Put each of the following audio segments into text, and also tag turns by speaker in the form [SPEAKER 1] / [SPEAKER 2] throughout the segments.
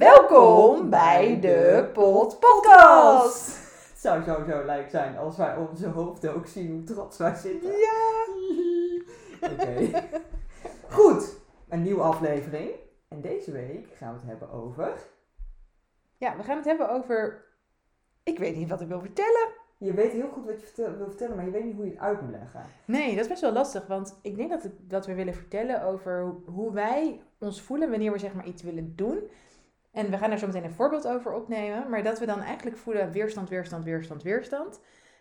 [SPEAKER 1] Welkom bij de Pot Podcast.
[SPEAKER 2] Het zou zo zo leuk zijn als wij onze hoofden ook zien hoe trots wij zitten.
[SPEAKER 1] Ja.
[SPEAKER 2] Oké. Goed, een nieuwe aflevering. En deze week gaan we het hebben over.
[SPEAKER 1] Ja, we gaan het hebben over. Ik weet niet wat ik wil vertellen.
[SPEAKER 2] Je weet heel goed wat je vertel- wil vertellen, maar je weet niet hoe je het uit moet leggen.
[SPEAKER 1] Nee, dat is best wel lastig, want ik denk dat, het- dat we willen vertellen over hoe- hoe wij ons voelen wanneer we zeg maar iets willen doen. En we gaan daar zo meteen een voorbeeld over opnemen, maar dat we dan eigenlijk voelen weerstand, weerstand, weerstand, weerstand.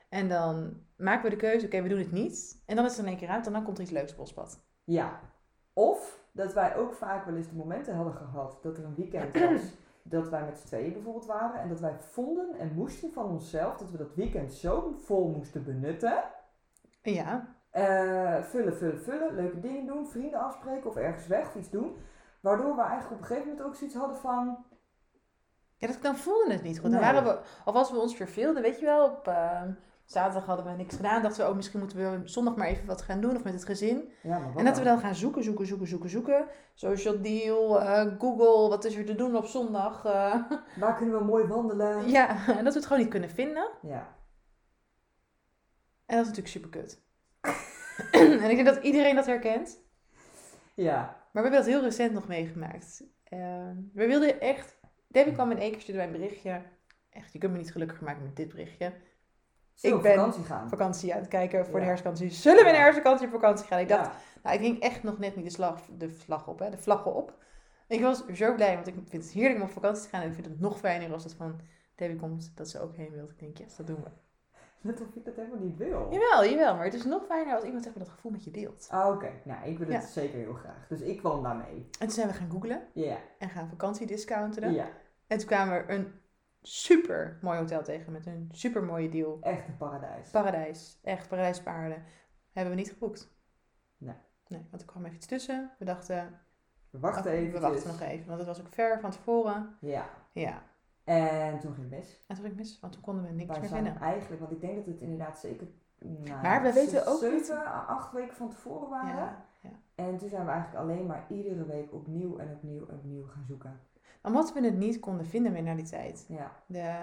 [SPEAKER 1] En dan maken we de keuze, oké, we doen het niet. En dan is het in één keer uit en dan komt er iets leuks op ons pad.
[SPEAKER 2] Ja. Of dat wij ook vaak wel eens de momenten hadden gehad dat er een weekend was. Dat wij met z'n tweeën bijvoorbeeld waren en dat wij voelden en moesten van onszelf dat we dat weekend zo vol moesten benutten.
[SPEAKER 1] Ja,
[SPEAKER 2] Eh, vullen, vullen, vullen. Leuke dingen doen. Vrienden afspreken of ergens weg of iets doen. Waardoor we eigenlijk op een gegeven moment ook zoiets hadden van...
[SPEAKER 1] ja dat, dan voelden we het niet goed. Dan
[SPEAKER 2] Nee.
[SPEAKER 1] waren we, of als we ons verveelden, weet je wel, op eh, zaterdag hadden we niks gedaan. Dachten we, oh, misschien moeten we zondag maar even wat gaan doen of met het gezin.
[SPEAKER 2] Ja, maar wat nou?
[SPEAKER 1] En dat we dan gaan zoeken, zoeken, zoeken, zoeken, zoeken. Social deal, eh, Google, wat is er te doen op zondag? eh.
[SPEAKER 2] Waar kunnen we mooi wandelen? Ja.
[SPEAKER 1] ja, en dat we het gewoon niet kunnen vinden. En dat is natuurlijk super kut. en ik denk dat iedereen dat herkent.
[SPEAKER 2] Ja.
[SPEAKER 1] Maar we hebben dat heel recent nog meegemaakt. Eh, we wilden echt... Debbie kwam in één keer stuurde mij een berichtje. Echt, je kunt me niet gelukkiger maken met dit berichtje.
[SPEAKER 2] Zullen
[SPEAKER 1] Ik
[SPEAKER 2] we op
[SPEAKER 1] ben-
[SPEAKER 2] vakantie gaan?
[SPEAKER 1] Vakantie aan het kijken voor de
[SPEAKER 2] Ja.
[SPEAKER 1] herfstvakantie. Zullen we in de
[SPEAKER 2] Ja.
[SPEAKER 1] herfstvakantie op vakantie gaan? Ik dacht,
[SPEAKER 2] Ja.
[SPEAKER 1] Nou, ik ging echt nog net niet de, slag, de vlag op, hè, de vlaggen op. Ik was zo blij, want ik vind het heerlijk om op vakantie te gaan. En ik vind het nog fijner als dat van Debbie komt, dat ze ook heen wil. Ik denk, yes, dat doen we.
[SPEAKER 2] Net of ik dat helemaal niet wil.
[SPEAKER 1] Jawel, jawel, maar het is nog fijner als iemand zeg maar, dat gevoel met je deelt.
[SPEAKER 2] Ah, Oké, nou ik wil het
[SPEAKER 1] Ja.
[SPEAKER 2] zeker heel graag. Dus ik kwam daarmee.
[SPEAKER 1] En toen zijn we gaan googlen
[SPEAKER 2] Ja,
[SPEAKER 1] en gaan vakantiediscounteren.
[SPEAKER 2] ja.
[SPEAKER 1] En toen kwamen we een super mooi hotel tegen met een super mooie deal.
[SPEAKER 2] Echt een paradijs.
[SPEAKER 1] Paradijs, echt paradijspaarden. Hebben we niet geboekt.
[SPEAKER 2] Nee.
[SPEAKER 1] Nee, want er kwam even iets tussen. We dachten,
[SPEAKER 2] We wachten
[SPEAKER 1] oh,
[SPEAKER 2] even.
[SPEAKER 1] we wachten nog even. Want het was ook ver van tevoren.
[SPEAKER 2] Ja.
[SPEAKER 1] Ja,
[SPEAKER 2] En toen ging het mis.
[SPEAKER 1] En toen ging ik mis, want toen konden we niks
[SPEAKER 2] Wij
[SPEAKER 1] meer
[SPEAKER 2] zijn
[SPEAKER 1] vinden.
[SPEAKER 2] eigenlijk, want ik denk dat het inderdaad zeker... nou,
[SPEAKER 1] Maar we weten ook
[SPEAKER 2] zeven,
[SPEAKER 1] niet-
[SPEAKER 2] à acht weken van tevoren waren.
[SPEAKER 1] Ja, ja.
[SPEAKER 2] En toen zijn we eigenlijk alleen maar iedere week opnieuw en opnieuw en opnieuw gaan zoeken.
[SPEAKER 1] Omdat we het niet konden vinden meer naar die tijd.
[SPEAKER 2] Ja,
[SPEAKER 1] De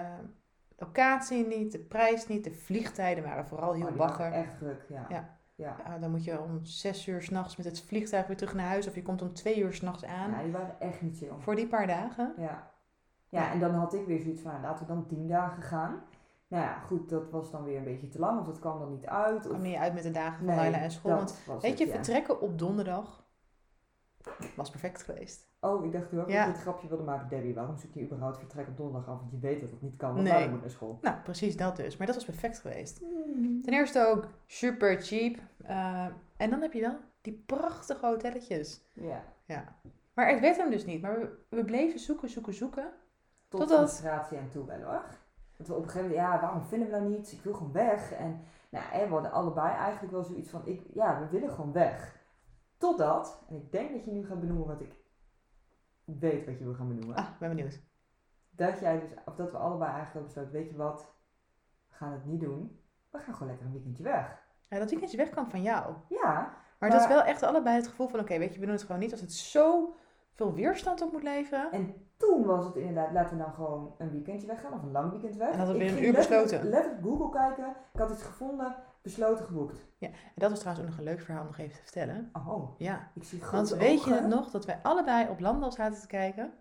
[SPEAKER 1] locatie niet, de prijs niet, de vliegtijden waren vooral heel
[SPEAKER 2] Oh, die
[SPEAKER 1] bagger.
[SPEAKER 2] waren Echt druk, ja.
[SPEAKER 1] Ja.
[SPEAKER 2] ja.
[SPEAKER 1] Ja, dan moet je om zes uur s'nachts met het vliegtuig weer terug naar huis. Of je komt om twee uur s'nachts aan.
[SPEAKER 2] Ja, die waren echt niet chill.
[SPEAKER 1] Voor die paar dagen.
[SPEAKER 2] Ja. ja, en dan had ik weer zoiets van, laten we dan tien dagen gaan. Nou ja, goed, dat was dan weer een beetje te lang, want dat kwam dan niet uit.
[SPEAKER 1] kwam
[SPEAKER 2] Of...
[SPEAKER 1] niet uit met de dagen van
[SPEAKER 2] Nee,
[SPEAKER 1] Laila en school.
[SPEAKER 2] dat
[SPEAKER 1] Want
[SPEAKER 2] was
[SPEAKER 1] weet
[SPEAKER 2] het,
[SPEAKER 1] je,
[SPEAKER 2] ja.
[SPEAKER 1] vertrekken op donderdag was perfect geweest.
[SPEAKER 2] Oh, ik dacht wel dat
[SPEAKER 1] Ja.
[SPEAKER 2] je het grapje wilde maken. Debbie, waarom zoek je überhaupt vertrek op donderdag af? Want je weet dat het niet kan, want
[SPEAKER 1] Nee.
[SPEAKER 2] Laila moet naar school.
[SPEAKER 1] Nou, precies dat dus. Maar dat was perfect geweest. Ten eerste ook super cheap. Eh, en dan heb je wel die prachtige hotelletjes.
[SPEAKER 2] Ja,
[SPEAKER 1] Ja. Maar het werd hem dus niet. Maar we, we bleven zoeken, zoeken, zoeken.
[SPEAKER 2] tot
[SPEAKER 1] Totdat-
[SPEAKER 2] frustratie aan toe wel hoor. Dat we op een gegeven moment, ja, waarom vinden we dan niets? Ik wil gewoon weg. En, nou, en we hadden allebei eigenlijk wel zoiets van, ik, ja, we willen gewoon weg. Totdat, en ik denk dat je nu gaat benoemen wat ik weet wat je wil gaan benoemen.
[SPEAKER 1] Ah, ik ben benieuwd.
[SPEAKER 2] Dat jij dus, of dat we allebei eigenlijk hebben besloten, weet je wat, we gaan het niet doen. We gaan gewoon lekker een weekendje weg.
[SPEAKER 1] Ja, dat weekendje wegkwam van jou. Maar,
[SPEAKER 2] Ja,
[SPEAKER 1] dat is
[SPEAKER 2] Maar-
[SPEAKER 1] wel echt allebei het gevoel van... Oké, weet je, we doen het gewoon niet. Als het zo veel weerstand op moet leveren.
[SPEAKER 2] en toen was het inderdaad, laten we dan gewoon een weekendje weggaan of een lang weekend weg.
[SPEAKER 1] En hadden we
[SPEAKER 2] Ik
[SPEAKER 1] weer een
[SPEAKER 2] ging
[SPEAKER 1] uur
[SPEAKER 2] letterlijk-
[SPEAKER 1] besloten.
[SPEAKER 2] Letterlijk Google kijken, ik had iets gevonden, besloten geboekt.
[SPEAKER 1] En dat was trouwens ook nog een leuk verhaal om nog even te vertellen.
[SPEAKER 2] Oh,
[SPEAKER 1] Ja.
[SPEAKER 2] ik zie
[SPEAKER 1] Want
[SPEAKER 2] grote
[SPEAKER 1] weet je
[SPEAKER 2] ogen.
[SPEAKER 1] het nog? Dat wij allebei op Landal zaten te kijken.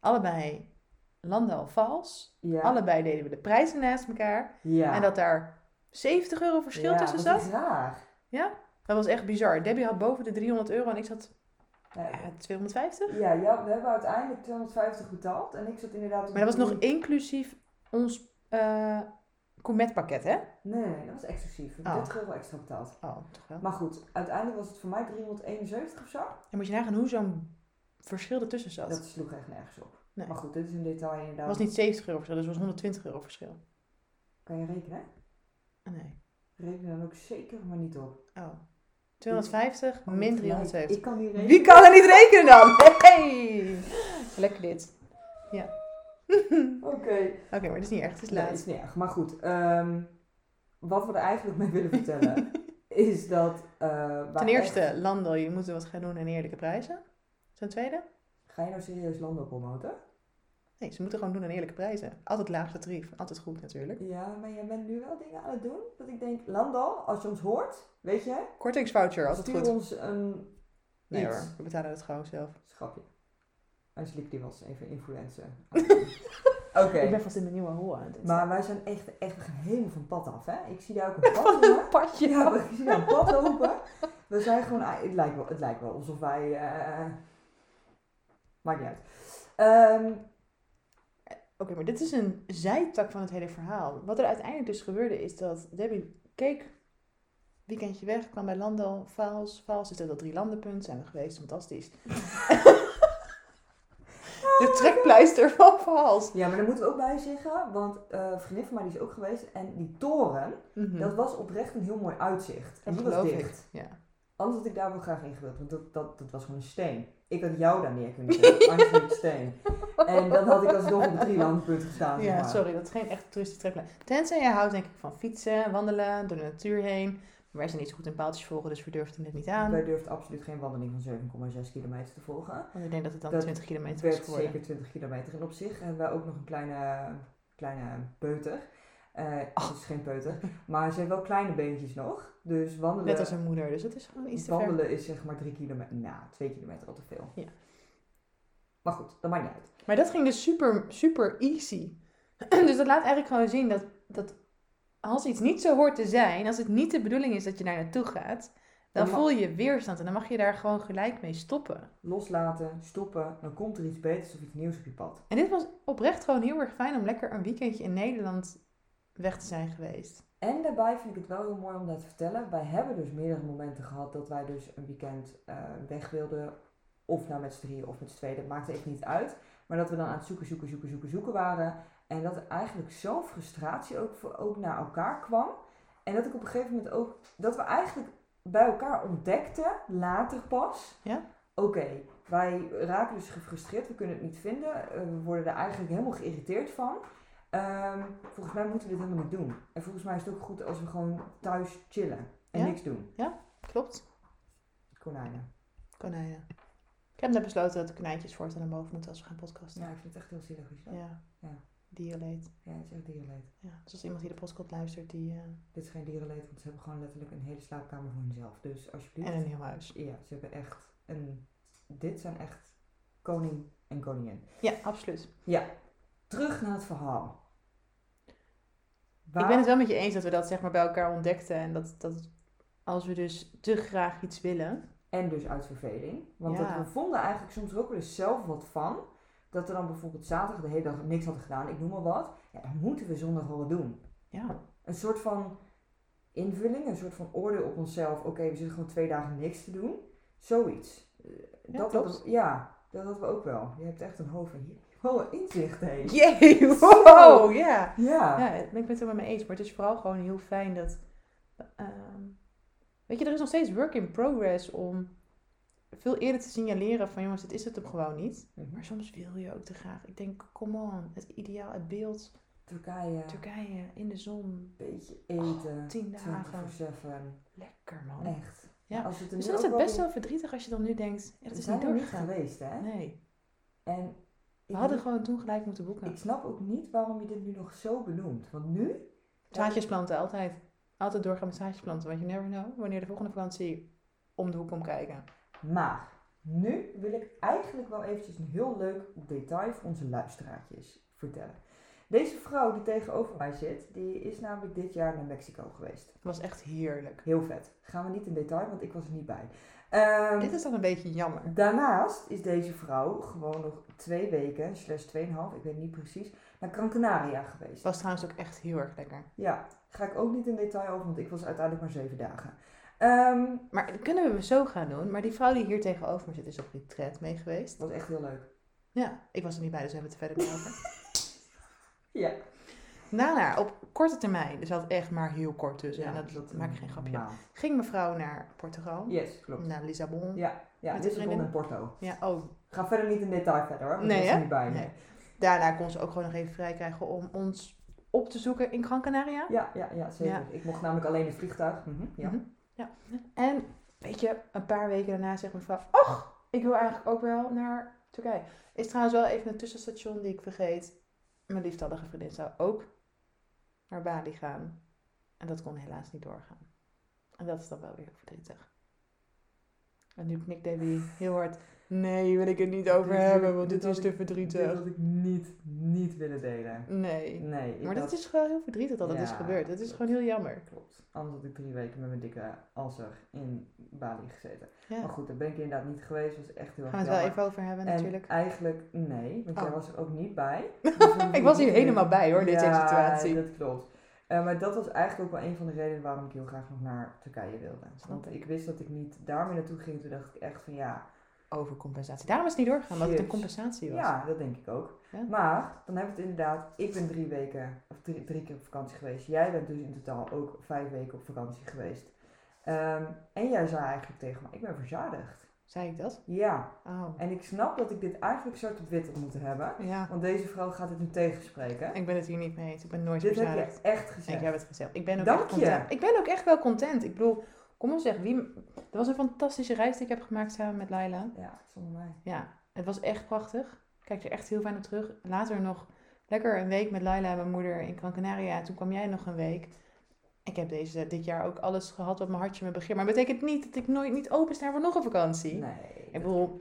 [SPEAKER 1] Allebei Landal vals.
[SPEAKER 2] Ja.
[SPEAKER 1] Allebei deden we de prijzen naast elkaar.
[SPEAKER 2] ja.
[SPEAKER 1] En dat daar 70 euro verschil
[SPEAKER 2] ja,
[SPEAKER 1] tussen
[SPEAKER 2] dat
[SPEAKER 1] zat.
[SPEAKER 2] is raar.
[SPEAKER 1] Dat was echt bizar. Debbie had boven de 300 euro en ik zat
[SPEAKER 2] Ja,
[SPEAKER 1] eh, 250.
[SPEAKER 2] ja, ja, we hebben uiteindelijk 250 betaald en ik zat inderdaad... op
[SPEAKER 1] Maar dat was nog
[SPEAKER 2] die-
[SPEAKER 1] inclusief ons eh cometpakket, hè?
[SPEAKER 2] Nee, nee, dat was exclusief. We
[SPEAKER 1] Oh.
[SPEAKER 2] hebben 30 euro extra betaald.
[SPEAKER 1] Oh, toch wel.
[SPEAKER 2] Maar goed, uiteindelijk was het voor mij 371 of zo.
[SPEAKER 1] En moet je nagaan hoe zo'n verschil ertussen zat.
[SPEAKER 2] Dat sloeg echt nergens op.
[SPEAKER 1] Nee.
[SPEAKER 2] Maar goed, dit is een detail inderdaad.
[SPEAKER 1] Het was niet 70 euro verschil, dus het was 120 euro verschil.
[SPEAKER 2] Kan je rekenen? hè?
[SPEAKER 1] Ah, Nee.
[SPEAKER 2] Reken dan ook zeker maar niet op.
[SPEAKER 1] Oh. 250
[SPEAKER 2] Oh,
[SPEAKER 1] min
[SPEAKER 2] nee,
[SPEAKER 1] 370.
[SPEAKER 2] Ik kan niet rekenen.
[SPEAKER 1] Wie kan er niet rekenen dan? Hey! Lekker dit.
[SPEAKER 2] Oké.
[SPEAKER 1] Oké, maar dat is niet erg, het is
[SPEAKER 2] Nee,
[SPEAKER 1] laat.
[SPEAKER 2] is niet erg. Maar goed, ehm, wat we er eigenlijk mee willen vertellen is dat... eh, we
[SPEAKER 1] Ten eerste,
[SPEAKER 2] echt-
[SPEAKER 1] Landel, je moet er wat gaan doen aan eerlijke prijzen. Ten tweede,
[SPEAKER 2] Ga je nou serieus landen promoten?
[SPEAKER 1] Nee, ze moeten gewoon doen aan eerlijke prijzen. Altijd laagste tarief, altijd goed natuurlijk.
[SPEAKER 2] Ja, maar jij bent nu wel dingen aan het doen. Dat ik denk, Landal, als je ons hoort, weet je,
[SPEAKER 1] Kortingsvoucher, altijd
[SPEAKER 2] stuur
[SPEAKER 1] goed.
[SPEAKER 2] ons een
[SPEAKER 1] Nee
[SPEAKER 2] iets.
[SPEAKER 1] hoor, we betalen het gewoon zelf.
[SPEAKER 2] Schapje. Angelique die was even influencer. Oké.
[SPEAKER 1] Ik ben vast in mijn nieuwe hol aan het
[SPEAKER 2] Maar wij zijn echt, echt, we gaan helemaal van pad af, hè? Ik zie daar ook een pad lopen.
[SPEAKER 1] padje.
[SPEAKER 2] Ja, we zien daar een pad lopen. We zijn gewoon, ah, het lijkt wel, het lijkt wel alsof wij, eh, maakt niet uit. Ehm,
[SPEAKER 1] Oké, maar dit is een zijtak van het hele verhaal. Wat er uiteindelijk dus gebeurde is dat Debbie keek, weekendje weg, kwam bij Landal, Faals, Faals is dat al drie landenpunt, zijn we geweest, fantastisch. De trekpleister van Faals.
[SPEAKER 2] ja, maar daar moeten we ook bij zeggen, want eh, een vriendin van mij die is ook geweest en die toren,
[SPEAKER 1] Mhm.
[SPEAKER 2] dat was oprecht een heel mooi uitzicht. En die was
[SPEAKER 1] geloof ik.
[SPEAKER 2] dicht.
[SPEAKER 1] Ja.
[SPEAKER 2] Anders had ik daar wel graag in gewild, want dat, dat, dat was gewoon een steen. Ik had jou daar neer kunnen zetten, Angelique Steen. En dan had ik alsnog op het drielandpunt gestaan. zeg
[SPEAKER 1] ja,
[SPEAKER 2] maar.
[SPEAKER 1] sorry, dat is geen echt toeristische trekpleister. Tenzij jij houdt denk ik van fietsen, wandelen, door de natuur heen. Maar wij zijn niet zo goed in paaltjes volgen, dus we durfden het niet aan.
[SPEAKER 2] Wij durft absoluut geen wandeling van 7,6 kilometer te volgen.
[SPEAKER 1] Want ik denk dat het dan
[SPEAKER 2] Dat
[SPEAKER 1] 20
[SPEAKER 2] Het
[SPEAKER 1] kilometer is
[SPEAKER 2] werd
[SPEAKER 1] geworden.
[SPEAKER 2] zeker 20 kilometer. En op zich hebben wij ook nog een kleine, kleine peuter. Eh Het is geen peuter, maar ze heeft wel kleine beentjes nog. Dus wandelen,
[SPEAKER 1] Net als een moeder, dus het is gewoon iets te ver.
[SPEAKER 2] wandelen is zeg maar 3 kilometer, nou 2 kilometer al te veel.
[SPEAKER 1] Ja.
[SPEAKER 2] Maar goed, dat maakt niet uit.
[SPEAKER 1] Maar dat ging dus super, super easy. dus dat laat eigenlijk gewoon zien dat, dat als iets niet zo hoort te zijn, als het niet de bedoeling is dat je daar naartoe gaat, dan
[SPEAKER 2] Dan ma-
[SPEAKER 1] voel je weerstand en dan mag je daar gewoon gelijk mee stoppen.
[SPEAKER 2] Loslaten, stoppen, dan komt er iets beters of iets nieuws op je pad.
[SPEAKER 1] En dit was oprecht gewoon heel erg fijn om lekker een weekendje in Nederland weg te zijn geweest.
[SPEAKER 2] En daarbij vind ik het wel heel mooi om dat te vertellen. Wij hebben dus meerdere momenten gehad dat wij dus een weekend eh, weg wilden. Of nou met z'n drieën of met z'n tweeën, dat maakte echt niet uit. Maar dat we dan aan het zoeken, zoeken, zoeken, zoeken, zoeken waren. En dat er eigenlijk zo'n frustratie ook, voor, ook naar elkaar kwam. En dat ik op een gegeven moment ook, dat we eigenlijk bij elkaar ontdekten, later pas.
[SPEAKER 1] Ja.
[SPEAKER 2] Oké, wij raken dus gefrustreerd, we kunnen het niet vinden. eh, we worden er eigenlijk helemaal geïrriteerd van. Ehm, volgens mij moeten we dit helemaal niet doen. En volgens mij is het ook goed als we gewoon thuis chillen en
[SPEAKER 1] Ja.
[SPEAKER 2] niks doen.
[SPEAKER 1] Klopt?
[SPEAKER 2] Konijnen.
[SPEAKER 1] Konijnen. eh, Ik heb net besloten dat de konijntjes voortaan naar boven moeten als we gaan podcasten.
[SPEAKER 2] Ja, ik vind het echt heel zielig. is dat?
[SPEAKER 1] Ja.
[SPEAKER 2] Ja,
[SPEAKER 1] ja.
[SPEAKER 2] Ja.
[SPEAKER 1] Dierenleed.
[SPEAKER 2] het is echt dierenleed.
[SPEAKER 1] Ja. Dus als iemand die de podcast luistert, die... eh,
[SPEAKER 2] Dit is geen dierenleed, want ze hebben gewoon letterlijk een hele slaapkamer voor hunzelf. Dus alsjeblieft.
[SPEAKER 1] en een heel huis.
[SPEAKER 2] Ja, ze hebben echt een... Dit zijn echt koning en koningin.
[SPEAKER 1] Ja, absoluut.
[SPEAKER 2] Terug naar het verhaal.
[SPEAKER 1] Ik ben het wel met je eens dat we dat zeg maar bij elkaar ontdekten. En dat, dat als we dus te graag iets willen.
[SPEAKER 2] En dus uit verveling. Want
[SPEAKER 1] Ja.
[SPEAKER 2] dat we vonden eigenlijk soms er ook wel eens zelf wat van. Dat we dan bijvoorbeeld zaterdag de hele dag niks hadden gedaan, ik noem maar wat. Ja, dan moeten we zondag wel wat doen.
[SPEAKER 1] Ja.
[SPEAKER 2] Een soort van invulling, een soort van oordeel op onszelf. Oké, we zitten gewoon twee dagen niks te doen. Zoiets. Eh,
[SPEAKER 1] Ja,
[SPEAKER 2] dat
[SPEAKER 1] klopt.
[SPEAKER 2] hadden we- ja, dat hadden we ook wel. Je hebt echt een hoofd en je wel inzicht heen.
[SPEAKER 1] Jee,
[SPEAKER 2] Zo.
[SPEAKER 1] wow, ja.
[SPEAKER 2] Ja.
[SPEAKER 1] Ja, ik ben het helemaal mee eens. Maar het is vooral gewoon heel fijn dat... ehm, weet je, er is nog steeds work in progress om veel eerder te signaleren van jongens, dit is het hem gewoon niet.
[SPEAKER 2] Mhm.
[SPEAKER 1] Maar soms wil je ook te graag. Ik denk, come on, het ideaal, het beeld.
[SPEAKER 2] Turkije, een
[SPEAKER 1] Turkije, in de zon,
[SPEAKER 2] beetje eten.
[SPEAKER 1] tien
[SPEAKER 2] 20 voor
[SPEAKER 1] dagen.
[SPEAKER 2] 7.
[SPEAKER 1] Lekker man.
[SPEAKER 2] Echt.
[SPEAKER 1] Ja.
[SPEAKER 2] Als het er
[SPEAKER 1] Dus
[SPEAKER 2] nu
[SPEAKER 1] dan is
[SPEAKER 2] ook
[SPEAKER 1] het
[SPEAKER 2] wel-
[SPEAKER 1] best wel verdrietig als je dan nu denkt, ja,
[SPEAKER 2] We
[SPEAKER 1] dat is
[SPEAKER 2] zijn
[SPEAKER 1] niet
[SPEAKER 2] er niet
[SPEAKER 1] doorgegaan.
[SPEAKER 2] geweest, hè?
[SPEAKER 1] Nee.
[SPEAKER 2] En
[SPEAKER 1] We
[SPEAKER 2] ik
[SPEAKER 1] hadden gewoon toen gelijk moeten
[SPEAKER 2] Ik
[SPEAKER 1] boeken.
[SPEAKER 2] snap ook niet waarom je dit nu nog zo benoemt. Want nu.
[SPEAKER 1] Zaadjes planten, altijd. Altijd doorgaan met zaadjes planten, want you never know wanneer de volgende vakantie om de hoek komt kijken.
[SPEAKER 2] Maar nu wil ik eigenlijk wel eventjes een heel leuk detail voor onze luisteraartjes vertellen. Deze vrouw die tegenover mij zit, die is namelijk dit jaar naar Mexico geweest.
[SPEAKER 1] Het was echt heerlijk.
[SPEAKER 2] Heel vet. Gaan we niet in detail, want ik was er niet bij. Ehm,
[SPEAKER 1] Dit is dan een beetje jammer.
[SPEAKER 2] Daarnaast is deze vrouw gewoon nog twee weken, slash tweeënhalf, ik weet niet precies, naar Gran Canaria geweest.
[SPEAKER 1] Het was trouwens ook echt heel erg lekker.
[SPEAKER 2] Ja, ga ik ook niet in detail over, want ik was uiteindelijk maar zeven dagen. Ehm,
[SPEAKER 1] Maar dat kunnen we zo gaan doen. Maar die vrouw die hier tegenover me zit is op retreat mee geweest.
[SPEAKER 2] was echt heel leuk.
[SPEAKER 1] Ja, ik was er niet bij, dus we hebben het er verder niet over.
[SPEAKER 2] Ja.
[SPEAKER 1] Daarna, op korte termijn, dus dat echt maar heel kort dus.
[SPEAKER 2] Ja,
[SPEAKER 1] en dat, dat maak ik geen grapje.
[SPEAKER 2] Nou,
[SPEAKER 1] Ging mevrouw naar Portugal,
[SPEAKER 2] Yes, klopt.
[SPEAKER 1] naar Lissabon. Ja.
[SPEAKER 2] Ja, ja dit
[SPEAKER 1] Met de
[SPEAKER 2] is
[SPEAKER 1] vriendin.
[SPEAKER 2] gewoon in Porto.
[SPEAKER 1] oh.
[SPEAKER 2] Ga verder niet in detail verder hoor, want
[SPEAKER 1] Nee,
[SPEAKER 2] nee, is
[SPEAKER 1] hè?
[SPEAKER 2] er niet bij.
[SPEAKER 1] Nee. Daarna kon ze ook gewoon nog even vrij krijgen om ons op te zoeken in Gran Canaria.
[SPEAKER 2] Ja, ja, ja, zeker.
[SPEAKER 1] Ja.
[SPEAKER 2] Ik mocht namelijk alleen het vliegtuig. Mhm, ja.
[SPEAKER 1] Mhm. En weet je, een paar weken daarna zegt mevrouw: Och, ik wil eigenlijk ook wel naar Turkije. Is trouwens wel even een tussenstation die ik vergeet. Mijn liefdallige vriendin zou ook naar Bali gaan. En dat kon helaas niet doorgaan. En dat is dan wel weer verdrietig. En nu knikt Debbie heel hard. Nee, wil ik het niet over
[SPEAKER 2] Dit wil-
[SPEAKER 1] hebben, want
[SPEAKER 2] dit
[SPEAKER 1] dit
[SPEAKER 2] had
[SPEAKER 1] is te
[SPEAKER 2] Dit
[SPEAKER 1] verdrietig.
[SPEAKER 2] had ik niet, niet willen delen.
[SPEAKER 1] Nee.
[SPEAKER 2] Nee. ik
[SPEAKER 1] Maar dat
[SPEAKER 2] had-
[SPEAKER 1] is wel heel verdrietig dat dat is
[SPEAKER 2] Ja,
[SPEAKER 1] gebeurd. Dat is
[SPEAKER 2] dat-
[SPEAKER 1] gewoon heel jammer.
[SPEAKER 2] Klopt. Anders had ik drie weken met mijn dikke alser in Bali gezeten. Maar
[SPEAKER 1] Ja.
[SPEAKER 2] goed, daar ben ik inderdaad niet geweest. was echt heel erg
[SPEAKER 1] Gaan we het wel
[SPEAKER 2] jammer.
[SPEAKER 1] even over hebben
[SPEAKER 2] En
[SPEAKER 1] natuurlijk.
[SPEAKER 2] eigenlijk nee, want jij
[SPEAKER 1] Oh.
[SPEAKER 2] was er ook niet bij.
[SPEAKER 1] Ik was hier helemaal bij hoor,
[SPEAKER 2] dit
[SPEAKER 1] deze situatie.
[SPEAKER 2] dat klopt. Eh, maar dat was eigenlijk ook wel een van de redenen waarom ik heel graag nog naar Turkije wilde.
[SPEAKER 1] Snap
[SPEAKER 2] Want
[SPEAKER 1] ik.
[SPEAKER 2] ik wist dat ik niet daarmee naartoe ging. Toen dacht ik echt van ja,
[SPEAKER 1] Overcompensatie. Daarom is het niet doorgegaan, omdat het een
[SPEAKER 2] Shit.
[SPEAKER 1] compensatie was.
[SPEAKER 2] ja, dat denk ik ook.
[SPEAKER 1] Ja.
[SPEAKER 2] Maar dan heb ik het inderdaad, ik ben drie weken, of drie, drie keer op vakantie geweest. Jij bent dus in totaal ook vijf weken op vakantie geweest. Ehm, en jij zei eigenlijk tegen me, ik ben verzadigd.
[SPEAKER 1] Zei ik dat?
[SPEAKER 2] Ja,
[SPEAKER 1] Oh.
[SPEAKER 2] en ik snap dat ik dit eigenlijk zwart op wit had moeten hebben.
[SPEAKER 1] Ja.
[SPEAKER 2] Want deze vrouw gaat dit nu tegenspreken.
[SPEAKER 1] Ik ben het hier niet mee eens. Ik ben nooit
[SPEAKER 2] Dit heb
[SPEAKER 1] verzadigd.
[SPEAKER 2] je echt
[SPEAKER 1] Ik
[SPEAKER 2] gezegd.
[SPEAKER 1] heb het gezegd. Ik ben ook
[SPEAKER 2] Dank
[SPEAKER 1] echt
[SPEAKER 2] je.
[SPEAKER 1] content. Ik ben ook echt wel content. Ik bedoel, kom op zeg, wie... dat was een fantastische reis die ik heb gemaakt samen met Laila.
[SPEAKER 2] Ja, zonder mij.
[SPEAKER 1] Ja, het was echt prachtig. Ik kijk er echt heel fijn op terug. Later nog lekker een week met Laila en mijn moeder in Gran Canaria. En toen kwam jij nog een week. Ik heb deze, dit jaar ook alles gehad wat mijn hartje me begint. Maar dat betekent niet dat ik nooit niet open sta voor nog een vakantie.
[SPEAKER 2] Nee.
[SPEAKER 1] Ik bedoel,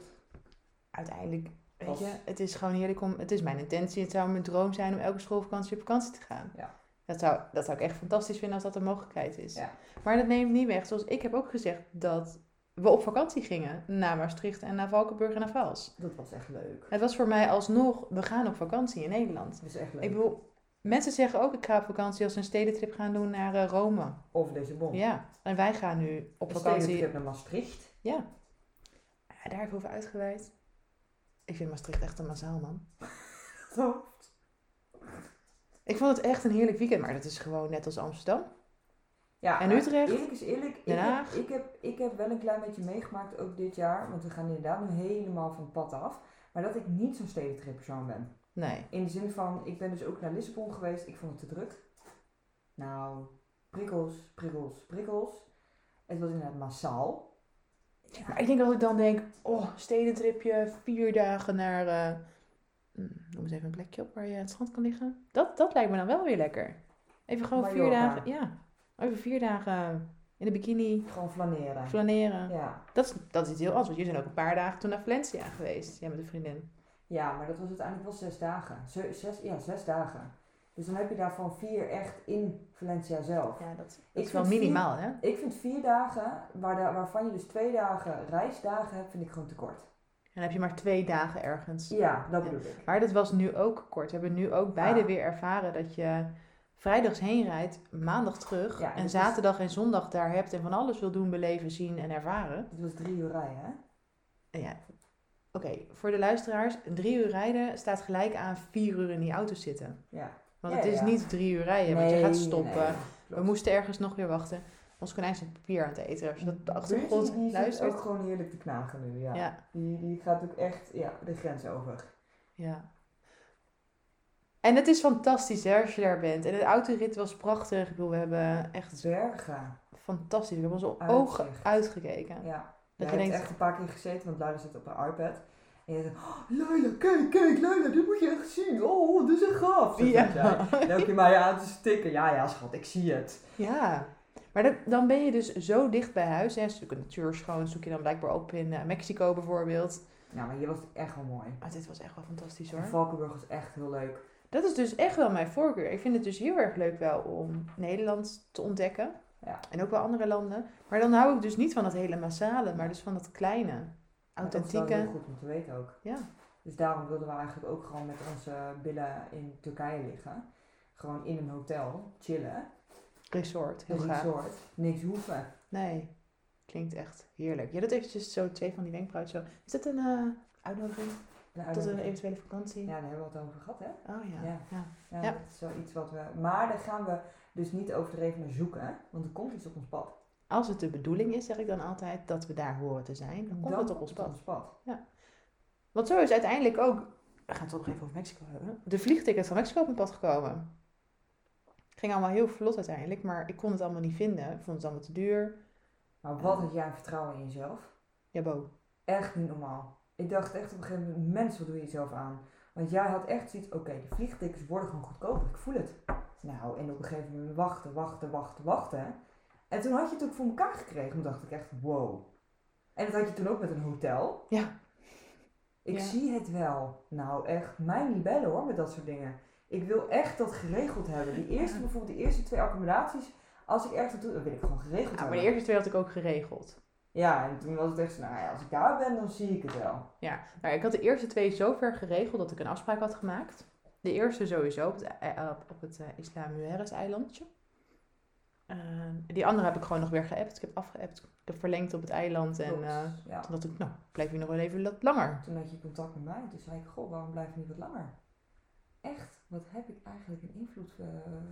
[SPEAKER 1] uiteindelijk, weet
[SPEAKER 2] Als-
[SPEAKER 1] je, het is gewoon heerlijk om, het is mijn intentie, het zou mijn droom zijn om elke schoolvakantie op vakantie te gaan.
[SPEAKER 2] Ja.
[SPEAKER 1] Dat zou, dat zou ik echt fantastisch vinden als dat een mogelijkheid is.
[SPEAKER 2] Ja.
[SPEAKER 1] Maar dat neemt niet weg, zoals ik heb ook gezegd, dat we op vakantie gingen naar Maastricht en naar Valkenburg en naar Vals.
[SPEAKER 2] Dat was echt leuk.
[SPEAKER 1] Het was voor mij alsnog, we gaan op vakantie in Nederland.
[SPEAKER 2] Dat is echt leuk.
[SPEAKER 1] Ik bedoel, mensen zeggen ook, ik ga op vakantie als ze een stedentrip gaan doen naar eh, Rome.
[SPEAKER 2] Of Lissabon.
[SPEAKER 1] Ja, en wij gaan nu op
[SPEAKER 2] Oh. Een
[SPEAKER 1] vakantie
[SPEAKER 2] stedentrip naar Maastricht.
[SPEAKER 1] Ja, Ah, daar heb ik over uitgeweid. Ik vind Maastricht echt een massaal, man. Ik vond het echt een heerlijk weekend, maar dat is gewoon net als Amsterdam.
[SPEAKER 2] Ja,
[SPEAKER 1] En
[SPEAKER 2] maar
[SPEAKER 1] Utrecht?
[SPEAKER 2] Eerlijk is eerlijk. Ik
[SPEAKER 1] Den
[SPEAKER 2] heb,
[SPEAKER 1] Haag?
[SPEAKER 2] ik, heb, ik heb wel een klein beetje meegemaakt ook dit jaar. Want we gaan inderdaad nu helemaal van het pad af. Maar dat ik niet zo'n stedentrip persoon ben.
[SPEAKER 1] Nee.
[SPEAKER 2] In de zin van, ik ben dus ook naar Lissabon geweest. Ik vond het te druk. Nou, prikkels, prikkels, prikkels. Het was inderdaad massaal.
[SPEAKER 1] Maar ik denk dat ik dan denk, oh, stedentripje, vier dagen naar, eh, hmm, noem eens even een plekje op waar je aan het strand kan liggen. Dat, dat lijkt me dan wel weer lekker. Even gewoon vier
[SPEAKER 2] Mallorca.
[SPEAKER 1] dagen, ja. Even vier dagen in de bikini,
[SPEAKER 2] Gewoon flaneren.
[SPEAKER 1] flaneren.
[SPEAKER 2] Ja.
[SPEAKER 1] Dat, is, dat is iets heel anders, want jullie zijn ook een paar dagen toen naar Valencia geweest. Jij met een vriendin.
[SPEAKER 2] Ja, maar dat was uiteindelijk wel zes dagen. Ze- zes, ja, zes dagen. Dus dan heb je daarvan vier echt in Valencia zelf.
[SPEAKER 1] Ja, dat,
[SPEAKER 2] Ik
[SPEAKER 1] is wel
[SPEAKER 2] vind vier-
[SPEAKER 1] minimaal, hè?
[SPEAKER 2] Ik vind vier dagen, waar da- waarvan je dus twee dagen reisdagen hebt, vind ik gewoon te kort.
[SPEAKER 1] Dan heb je maar twee dagen ergens.
[SPEAKER 2] Ja, dat
[SPEAKER 1] Ja.
[SPEAKER 2] bedoel ik.
[SPEAKER 1] Maar dat was nu ook kort. We hebben nu ook beide
[SPEAKER 2] Ah.
[SPEAKER 1] weer ervaren dat je vrijdags heen rijdt, maandag terug
[SPEAKER 2] Ja,
[SPEAKER 1] en
[SPEAKER 2] dus-
[SPEAKER 1] zaterdag en zondag daar hebt en van alles wil doen, beleven, zien en ervaren.
[SPEAKER 2] Het was drie uur rijden, hè?
[SPEAKER 1] En ja, oké, voor de luisteraars, drie uur rijden staat gelijk aan vier uur in die auto zitten.
[SPEAKER 2] Ja.
[SPEAKER 1] Want
[SPEAKER 2] Ja,
[SPEAKER 1] het is
[SPEAKER 2] ja.
[SPEAKER 1] niet drie uur rijden, want je
[SPEAKER 2] Nee,
[SPEAKER 1] gaat stoppen.
[SPEAKER 2] nee,
[SPEAKER 1] We
[SPEAKER 2] klopt.
[SPEAKER 1] moesten ergens nog weer wachten. Ons konijn zit papier aan het eten. Als je dat op de
[SPEAKER 2] Bertie, die
[SPEAKER 1] achtergrond
[SPEAKER 2] zit ook
[SPEAKER 1] luistert.
[SPEAKER 2] gewoon heerlijk te knagen nu, ja.
[SPEAKER 1] Ja,
[SPEAKER 2] Die, die gaat ook echt ja, de grens over.
[SPEAKER 1] ja. En het is fantastisch hè, als je daar bent. En de autorit was prachtig. Ik bedoel, we hebben echt
[SPEAKER 2] Bergen.
[SPEAKER 1] fantastisch. We hebben onze
[SPEAKER 2] Uitzicht.
[SPEAKER 1] ogen uitgekeken.
[SPEAKER 2] Ja.
[SPEAKER 1] Dat
[SPEAKER 2] Jij
[SPEAKER 1] je
[SPEAKER 2] hebt
[SPEAKER 1] denkt,
[SPEAKER 2] echt een paar keer gezeten, want Laura zit op haar iPad. En je zegt, oh, Laila, kijk, kijk, Laila, dit moet je echt zien. Oh, dit is echt gaaf. Zo
[SPEAKER 1] Ja.
[SPEAKER 2] zegt zij. En Elke keer mij aan te stikken. Ja, ja, schat, ik zie het.
[SPEAKER 1] ja. Maar dat- dan ben je dus zo dicht bij huis. Hè. Stuk natuurschoon zoek je dan blijkbaar op in eh, Mexico bijvoorbeeld.
[SPEAKER 2] Ja, maar hier was het echt wel mooi.
[SPEAKER 1] Maar dit was echt wel fantastisch
[SPEAKER 2] En
[SPEAKER 1] hoor.
[SPEAKER 2] Valkenburg was echt heel leuk.
[SPEAKER 1] Dat is dus echt wel mijn voorkeur. Ik vind het dus heel erg leuk wel om Nederland te ontdekken.
[SPEAKER 2] Ja.
[SPEAKER 1] En ook wel andere landen. Maar dan hou ik dus niet van dat hele massale, maar dus van dat kleine,
[SPEAKER 2] Maar Dat is wel
[SPEAKER 1] authentieke.
[SPEAKER 2] heel goed om te weten ook.
[SPEAKER 1] Ja.
[SPEAKER 2] Dus daarom wilden we eigenlijk ook gewoon met onze billen in Turkije liggen. Gewoon in een hotel, chillen.
[SPEAKER 1] Resort, heel
[SPEAKER 2] Heel
[SPEAKER 1] gaaf.
[SPEAKER 2] resort. Niks hoeven.
[SPEAKER 1] Nee, klinkt echt heerlijk. Jij doet eventjes zo twee van die wenkbrauwen zo. Is dat een eh, uitnodiging
[SPEAKER 2] Nou,
[SPEAKER 1] tot
[SPEAKER 2] dat-
[SPEAKER 1] een eventuele vakantie?
[SPEAKER 2] Ja, daar hebben we het over gehad, hè?
[SPEAKER 1] Oh ja.
[SPEAKER 2] Ja.
[SPEAKER 1] ja.
[SPEAKER 2] Ja,
[SPEAKER 1] Ja.
[SPEAKER 2] dat is wel iets wat we. Maar daar gaan we dus niet overdreven naar zoeken, hè? want er komt iets op ons pad.
[SPEAKER 1] Als het de bedoeling is, zeg ik dan altijd, dat we daar horen te zijn, dan komt
[SPEAKER 2] Dan
[SPEAKER 1] het op ons pad.
[SPEAKER 2] ons pad.
[SPEAKER 1] Want zo is uiteindelijk ook, we gaan het toch nog even over Mexico hebben, de vliegticket van Mexico op mijn pad gekomen. Ging allemaal heel vlot uiteindelijk, maar ik kon het allemaal niet vinden. Ik vond het allemaal te duur.
[SPEAKER 2] Maar wat had jij aan vertrouwen in jezelf?
[SPEAKER 1] Ja, Bo.
[SPEAKER 2] Echt niet normaal. Ik dacht echt op een gegeven moment, mens, wat doe je jezelf aan? Want jij had echt zoiets, oké, de vliegtickets worden gewoon goedkoper, ik voel het. Nou, en op een gegeven moment wachten, wachten, wachten, wachten. En toen had je het ook voor elkaar gekregen, toen dacht ik echt, wow. En dat had je toen ook met een hotel.
[SPEAKER 1] Ja.
[SPEAKER 2] Ik
[SPEAKER 1] Ja.
[SPEAKER 2] zie het wel. Nou, echt, mij niet bellen hoor, met dat soort dingen. Ik wil echt dat geregeld hebben. Die eerste,
[SPEAKER 1] Ja.
[SPEAKER 2] bijvoorbeeld, die eerste twee accommodaties, als ik ergens naartoe, dan wil ik gewoon geregeld
[SPEAKER 1] Nou, maar
[SPEAKER 2] hebben.
[SPEAKER 1] de eerste twee had ik ook geregeld.
[SPEAKER 2] Ja, en toen was het echt zo, nou ja, als ik daar ben, dan zie ik het wel.
[SPEAKER 1] Maar Nou, ik had de eerste twee zo ver geregeld dat ik een afspraak had gemaakt. De eerste sowieso op het, eh, op, op het eh, Isla Mujeres eilandje. Eh, die andere heb ik gewoon nog weer geappt. Ik heb afgeappt. Ik heb verlengd op het eiland. En
[SPEAKER 2] Klopt,
[SPEAKER 1] eh
[SPEAKER 2] ja.
[SPEAKER 1] toen dacht ik, nou, blijf hier nog wel even wat langer.
[SPEAKER 2] Toen had je contact met mij, toen zei ik, goh, waarom blijf je niet wat langer? Echt, wat heb ik eigenlijk een invloed eh,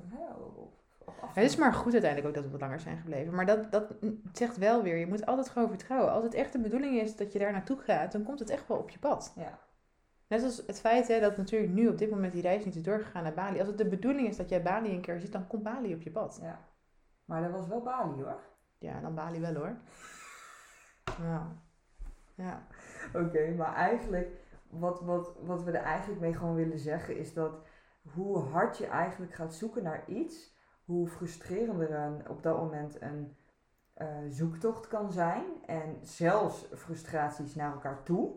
[SPEAKER 2] hè, op, op afstand?
[SPEAKER 1] Het is maar goed uiteindelijk ook dat we wat langer zijn gebleven. Maar dat, dat zegt wel weer, je moet altijd gewoon vertrouwen. Als het echt de bedoeling is dat je daar naartoe gaat, dan komt het echt wel op je pad.
[SPEAKER 2] Ja.
[SPEAKER 1] Net als het feit hè, dat natuurlijk nu op dit moment die reis niet is doorgegaan naar Bali. Als het de bedoeling is dat jij Bali een keer ziet, dan komt Bali op je pad.
[SPEAKER 2] ja. Maar dat was wel Bali hoor.
[SPEAKER 1] Ja, dan Bali wel hoor. Ja. Ja.
[SPEAKER 2] Oké, maar eigenlijk, wat, wat, wat we er eigenlijk mee gewoon willen zeggen is dat hoe hard je eigenlijk gaat zoeken naar iets, hoe frustrerender een, op dat moment een eh, zoektocht kan zijn en zelfs frustraties naar elkaar toe.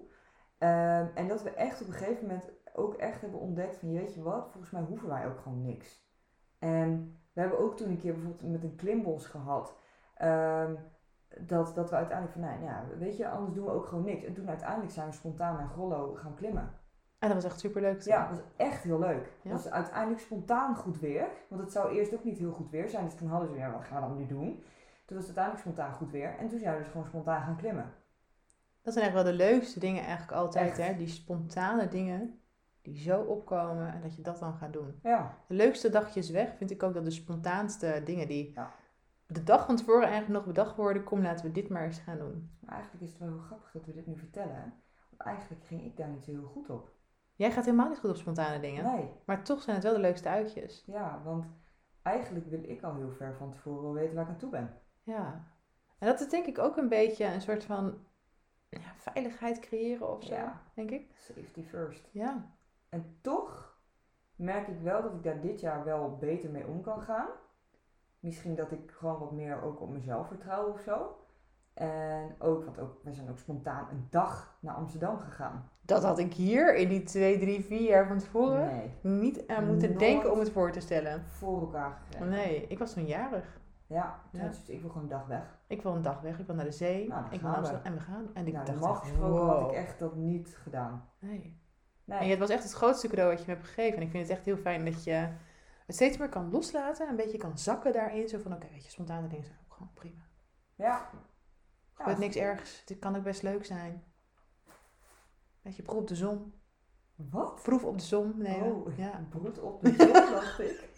[SPEAKER 2] Ehm, en dat we echt op een gegeven moment ook echt hebben ontdekt van weet je wat, volgens mij hoeven wij ook gewoon niks. En we hebben ook toen een keer bijvoorbeeld met een klimbos gehad. ehm, dat, dat we uiteindelijk van, nou ja, weet je, anders doen we ook gewoon niks. En toen uiteindelijk zijn we spontaan naar Grollo gaan klimmen.
[SPEAKER 1] En Ah, dat was echt super leuk.
[SPEAKER 2] Ja, dat was echt heel leuk. Het
[SPEAKER 1] Ja.
[SPEAKER 2] was uiteindelijk spontaan goed weer. Want het zou eerst ook niet heel goed weer zijn. Dus toen hadden ze, ja, wat gaan we dan nu doen? Toen was het uiteindelijk spontaan goed weer. En toen zijn we dus gewoon spontaan gaan klimmen.
[SPEAKER 1] Dat zijn echt wel de leukste dingen eigenlijk altijd.
[SPEAKER 2] Echt.
[SPEAKER 1] Hè? Die spontane dingen die zo opkomen en dat je dat dan gaat doen.
[SPEAKER 2] Ja,
[SPEAKER 1] De leukste dagjes weg vind ik ook dat de spontaanste dingen die
[SPEAKER 2] Ja.
[SPEAKER 1] de dag van tevoren eigenlijk nog bedacht worden. Kom, laten we dit maar eens gaan doen.
[SPEAKER 2] maar eigenlijk is het wel heel grappig dat we dit nu vertellen. hè. Want eigenlijk ging ik daar niet zo heel goed op.
[SPEAKER 1] Jij gaat helemaal niet goed op spontane dingen.
[SPEAKER 2] Nee,
[SPEAKER 1] Maar toch zijn het wel de leukste uitjes.
[SPEAKER 2] ja, want eigenlijk wil ik al heel ver van tevoren wel weten waar ik aan toe ben.
[SPEAKER 1] Ja. En dat is denk ik ook een beetje een soort van ja, veiligheid creëren of zo.
[SPEAKER 2] Ja.
[SPEAKER 1] Denk ik.
[SPEAKER 2] Safety first.
[SPEAKER 1] Ja.
[SPEAKER 2] En toch merk ik wel dat ik daar dit jaar wel beter mee om kan gaan. Misschien dat ik gewoon wat meer ook op mezelf vertrouw of zo. En ook, want ook, we zijn ook spontaan een dag naar Amsterdam gegaan.
[SPEAKER 1] Dat had ik hier in die twee, drie, vier jaar van tevoren
[SPEAKER 2] Nee,
[SPEAKER 1] niet aan moeten
[SPEAKER 2] Nooit.
[SPEAKER 1] denken om het voor te stellen.
[SPEAKER 2] voor elkaar gekregen.
[SPEAKER 1] Nee, ik was toen jarig.
[SPEAKER 2] Ja, toen
[SPEAKER 1] Ja.
[SPEAKER 2] had ik, ik wil gewoon een dag weg.
[SPEAKER 1] Ik wil een dag weg, ik wil naar de zee,
[SPEAKER 2] Nou, dan
[SPEAKER 1] ik wil
[SPEAKER 2] gaan
[SPEAKER 1] naar
[SPEAKER 2] we.
[SPEAKER 1] Amsterdam en we gaan. En ik
[SPEAKER 2] nou,
[SPEAKER 1] dacht
[SPEAKER 2] normaal
[SPEAKER 1] echt,
[SPEAKER 2] gesproken had
[SPEAKER 1] wow.
[SPEAKER 2] ik echt dat niet gedaan.
[SPEAKER 1] Nee. En
[SPEAKER 2] Nee,
[SPEAKER 1] het was echt het grootste cadeau wat je me hebt gegeven. En ik vind het echt heel fijn dat je het steeds meer kan loslaten. Een beetje kan zakken daarin. Zo van, oké, weet je, spontane dingen zijn ook gewoon prima.
[SPEAKER 2] ja.
[SPEAKER 1] Er gebeurt niks ergs. Dit kan ook best leuk zijn. Beetje proef op de zon.
[SPEAKER 2] Wat?
[SPEAKER 1] Proef op de zon nemen.
[SPEAKER 2] Oh,
[SPEAKER 1] Ja.
[SPEAKER 2] broed op de zon, dacht ik.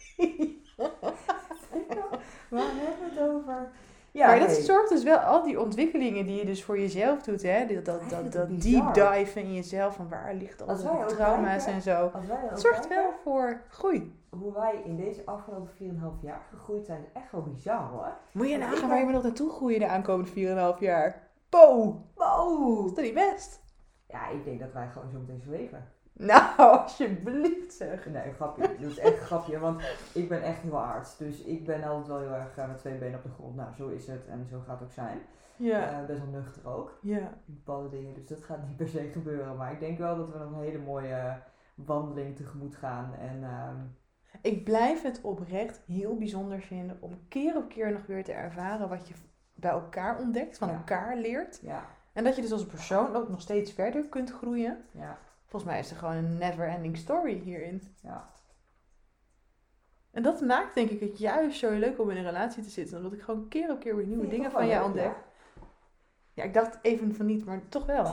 [SPEAKER 2] Waar hebben we het over? Ja,
[SPEAKER 1] maar
[SPEAKER 2] nee.
[SPEAKER 1] dat zorgt dus wel, al die ontwikkelingen die je dus voor jezelf doet, hè? Dat, dat, dat, dat
[SPEAKER 2] Eigenlijk
[SPEAKER 1] deep
[SPEAKER 2] bizar.
[SPEAKER 1] dive in jezelf, van waar ligt al
[SPEAKER 2] Als wij
[SPEAKER 1] die
[SPEAKER 2] ook
[SPEAKER 1] trauma's
[SPEAKER 2] kijken-
[SPEAKER 1] en zo.
[SPEAKER 2] Als wij
[SPEAKER 1] Het
[SPEAKER 2] ook
[SPEAKER 1] zorgt
[SPEAKER 2] kijken
[SPEAKER 1] wel voor groei.
[SPEAKER 2] Hoe wij in deze afgelopen 4,5 jaar gegroeid zijn, is echt wel bizar hoor.
[SPEAKER 1] Moet je
[SPEAKER 2] Want ik
[SPEAKER 1] nagaan
[SPEAKER 2] ben-
[SPEAKER 1] waar je me nog naartoe groeien de aankomende 4,5 jaar. Wow, is
[SPEAKER 2] Wow!
[SPEAKER 1] dat niet best?
[SPEAKER 2] Ja, ik denk dat wij gewoon zo meteen zweven.
[SPEAKER 1] Nou, alsjeblieft zeg.
[SPEAKER 2] Nee, grapje. Ik doe het echt een grapje, want ik ben echt heel aards. Dus ik ben altijd wel heel erg eh, met twee benen op de grond. Nou, zo is het en zo gaat het ook zijn.
[SPEAKER 1] Ja,
[SPEAKER 2] Eh, best wel nuchter ook.
[SPEAKER 1] ja.
[SPEAKER 2] Bepaalde dingen, dus dat gaat niet per se gebeuren. Maar ik denk wel dat we nog een hele mooie wandeling tegemoet gaan. En ehm,
[SPEAKER 1] Ik blijf het oprecht heel bijzonder vinden om keer op keer nog weer te ervaren wat je bij elkaar ontdekt, van
[SPEAKER 2] Ja.
[SPEAKER 1] elkaar leert.
[SPEAKER 2] ja,
[SPEAKER 1] En dat je dus als persoon ook nog steeds verder kunt groeien.
[SPEAKER 2] ja,
[SPEAKER 1] Volgens mij is er gewoon een never ending story hierin.
[SPEAKER 2] ja.
[SPEAKER 1] En dat maakt denk ik het juist zo leuk om in een relatie te zitten. Omdat ik gewoon keer op keer weer nieuwe dingen van jou ontdek. Ja. ik dacht even van niet, maar toch wel.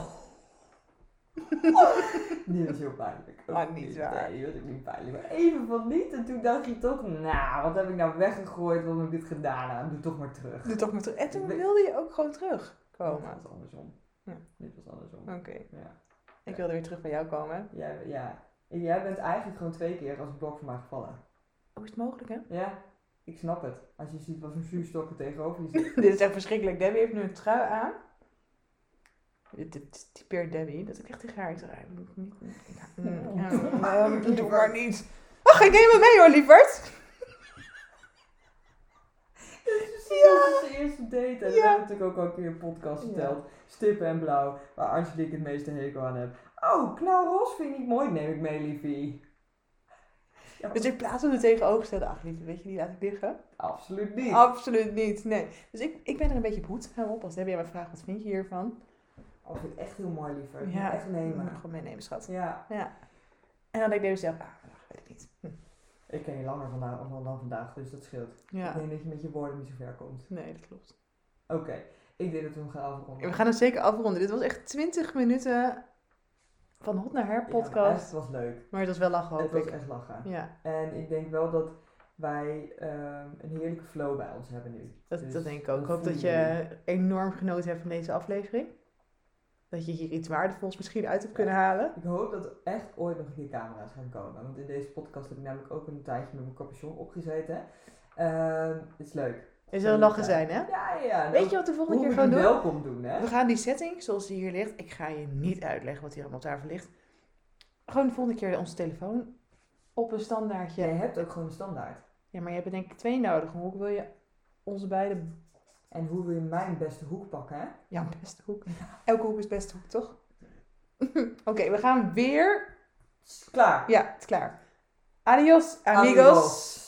[SPEAKER 2] Nee, dat is heel pijnlijk. Ook
[SPEAKER 1] Maar niet waar.
[SPEAKER 2] Nee, dat is ook niet pijnlijk. Maar even van niet. En toen dacht je toch, nou, wat heb ik nou weggegooid? Waarom heb ik dit gedaan? Nou, doe toch maar terug.
[SPEAKER 1] Doe toch maar terug. En toen
[SPEAKER 2] Ik weet-
[SPEAKER 1] wilde je ook gewoon terugkomen.
[SPEAKER 2] Dit was andersom.
[SPEAKER 1] Oh, Ja.
[SPEAKER 2] Dit was andersom.
[SPEAKER 1] Oké,
[SPEAKER 2] Ja.
[SPEAKER 1] ik wilde weer terug bij jou komen.
[SPEAKER 2] Jij, ja. En jij bent eigenlijk gewoon twee keer als een blok voor mij gevallen.
[SPEAKER 1] Hoe is het mogelijk, hè?
[SPEAKER 2] Ja, ik snap het. Als je ziet wat een zuurstok er tegenover je zit.
[SPEAKER 1] Dit is echt verschrikkelijk. Debbie heeft nu een trui aan. dit dit typeert Debbie, dat ik echt tegen haar ik zeg, "Ja, ik moet niet- ja,
[SPEAKER 2] Oh.
[SPEAKER 1] mm, ja, mm, doe maar niet. Ach, ik neem hem mee hoor, lieverd.
[SPEAKER 2] Precies als onze eerste date. En dat
[SPEAKER 1] Ja.
[SPEAKER 2] heb ik natuurlijk ook al een keer in een podcast
[SPEAKER 1] Ja.
[SPEAKER 2] verteld. Stippen en blauw, waar Angelique het meeste hekel aan hebt. Oh, knalros vind ik niet mooi, neem ik mee, liefie. Ja,
[SPEAKER 1] Dus ik plaats hem er tegenovergestelde. Ach, lieverd, weet je, die laat ik liggen.
[SPEAKER 2] Absoluut niet.
[SPEAKER 1] Oh. Absoluut niet, nee. Dus ik, ik ben er een beetje behoedzaam op. Als Debbie aan mij vraagt, wat vind je hiervan?
[SPEAKER 2] Oh, vind ik echt heel mooi, liever.
[SPEAKER 1] Ja.
[SPEAKER 2] Echt nemen.
[SPEAKER 1] Moet ik Gewoon meenemen, schat.
[SPEAKER 2] Ja,
[SPEAKER 1] En dan denk ik Debbie zelf, ah, vandaag weet ik niet. Hm.
[SPEAKER 2] ik ken je langer vandaag, dan, dan vandaag, dus dat scheelt. Ik
[SPEAKER 1] Ja,
[SPEAKER 2] denk dat je met je woorden niet zo ver komt.
[SPEAKER 1] nee, dat klopt.
[SPEAKER 2] Oké, ik denk dat we hem gaan
[SPEAKER 1] Ja,
[SPEAKER 2] afronden.
[SPEAKER 1] We gaan het zeker afronden. Dit was echt 20 minuten van Hot naar Her
[SPEAKER 2] Ja,
[SPEAKER 1] podcast.
[SPEAKER 2] echt, het was leuk.
[SPEAKER 1] maar het was wel lachen,
[SPEAKER 2] Het
[SPEAKER 1] hoop
[SPEAKER 2] was
[SPEAKER 1] ik.
[SPEAKER 2] echt lachen.
[SPEAKER 1] Ja,
[SPEAKER 2] En ik denk wel dat wij ehm, een heerlijke flow bij ons hebben nu.
[SPEAKER 1] dat,
[SPEAKER 2] Dus
[SPEAKER 1] dat denk ik ook. Ik hoop
[SPEAKER 2] voel
[SPEAKER 1] dat je enorm genoten hebt van deze aflevering. Dat je hier iets waardevols misschien uit hebt kunnen halen.
[SPEAKER 2] Ik hoop dat er echt ooit nog een keer camera's gaan komen. Want in deze podcast heb ik namelijk ook een tijdje met mijn capuchon opgezeten. Ehm, het is leuk.
[SPEAKER 1] Er zal lachen zijn, hè?
[SPEAKER 2] Ja, ja.
[SPEAKER 1] Weet je wat de volgende
[SPEAKER 2] hoe
[SPEAKER 1] keer
[SPEAKER 2] we
[SPEAKER 1] gewoon
[SPEAKER 2] die
[SPEAKER 1] doen?
[SPEAKER 2] welkom doen, hè?
[SPEAKER 1] We gaan die setting zoals die hier ligt. Ik ga je niet uitleggen wat hier allemaal op tafel ligt. Gewoon de volgende keer onze telefoon op een standaardje.
[SPEAKER 2] Jij hebt ook gewoon een standaard.
[SPEAKER 1] Ja, maar je hebt er denk ik twee nodig. Hoe wil je onze beide
[SPEAKER 2] En hoe wil je mijn beste hoek pakken, hè?
[SPEAKER 1] Jouw beste hoek. Elke hoek is beste hoek, toch? Oké, we gaan weer.
[SPEAKER 2] Klaar.
[SPEAKER 1] Ja, het is klaar. Adios, amigos.
[SPEAKER 2] Adios.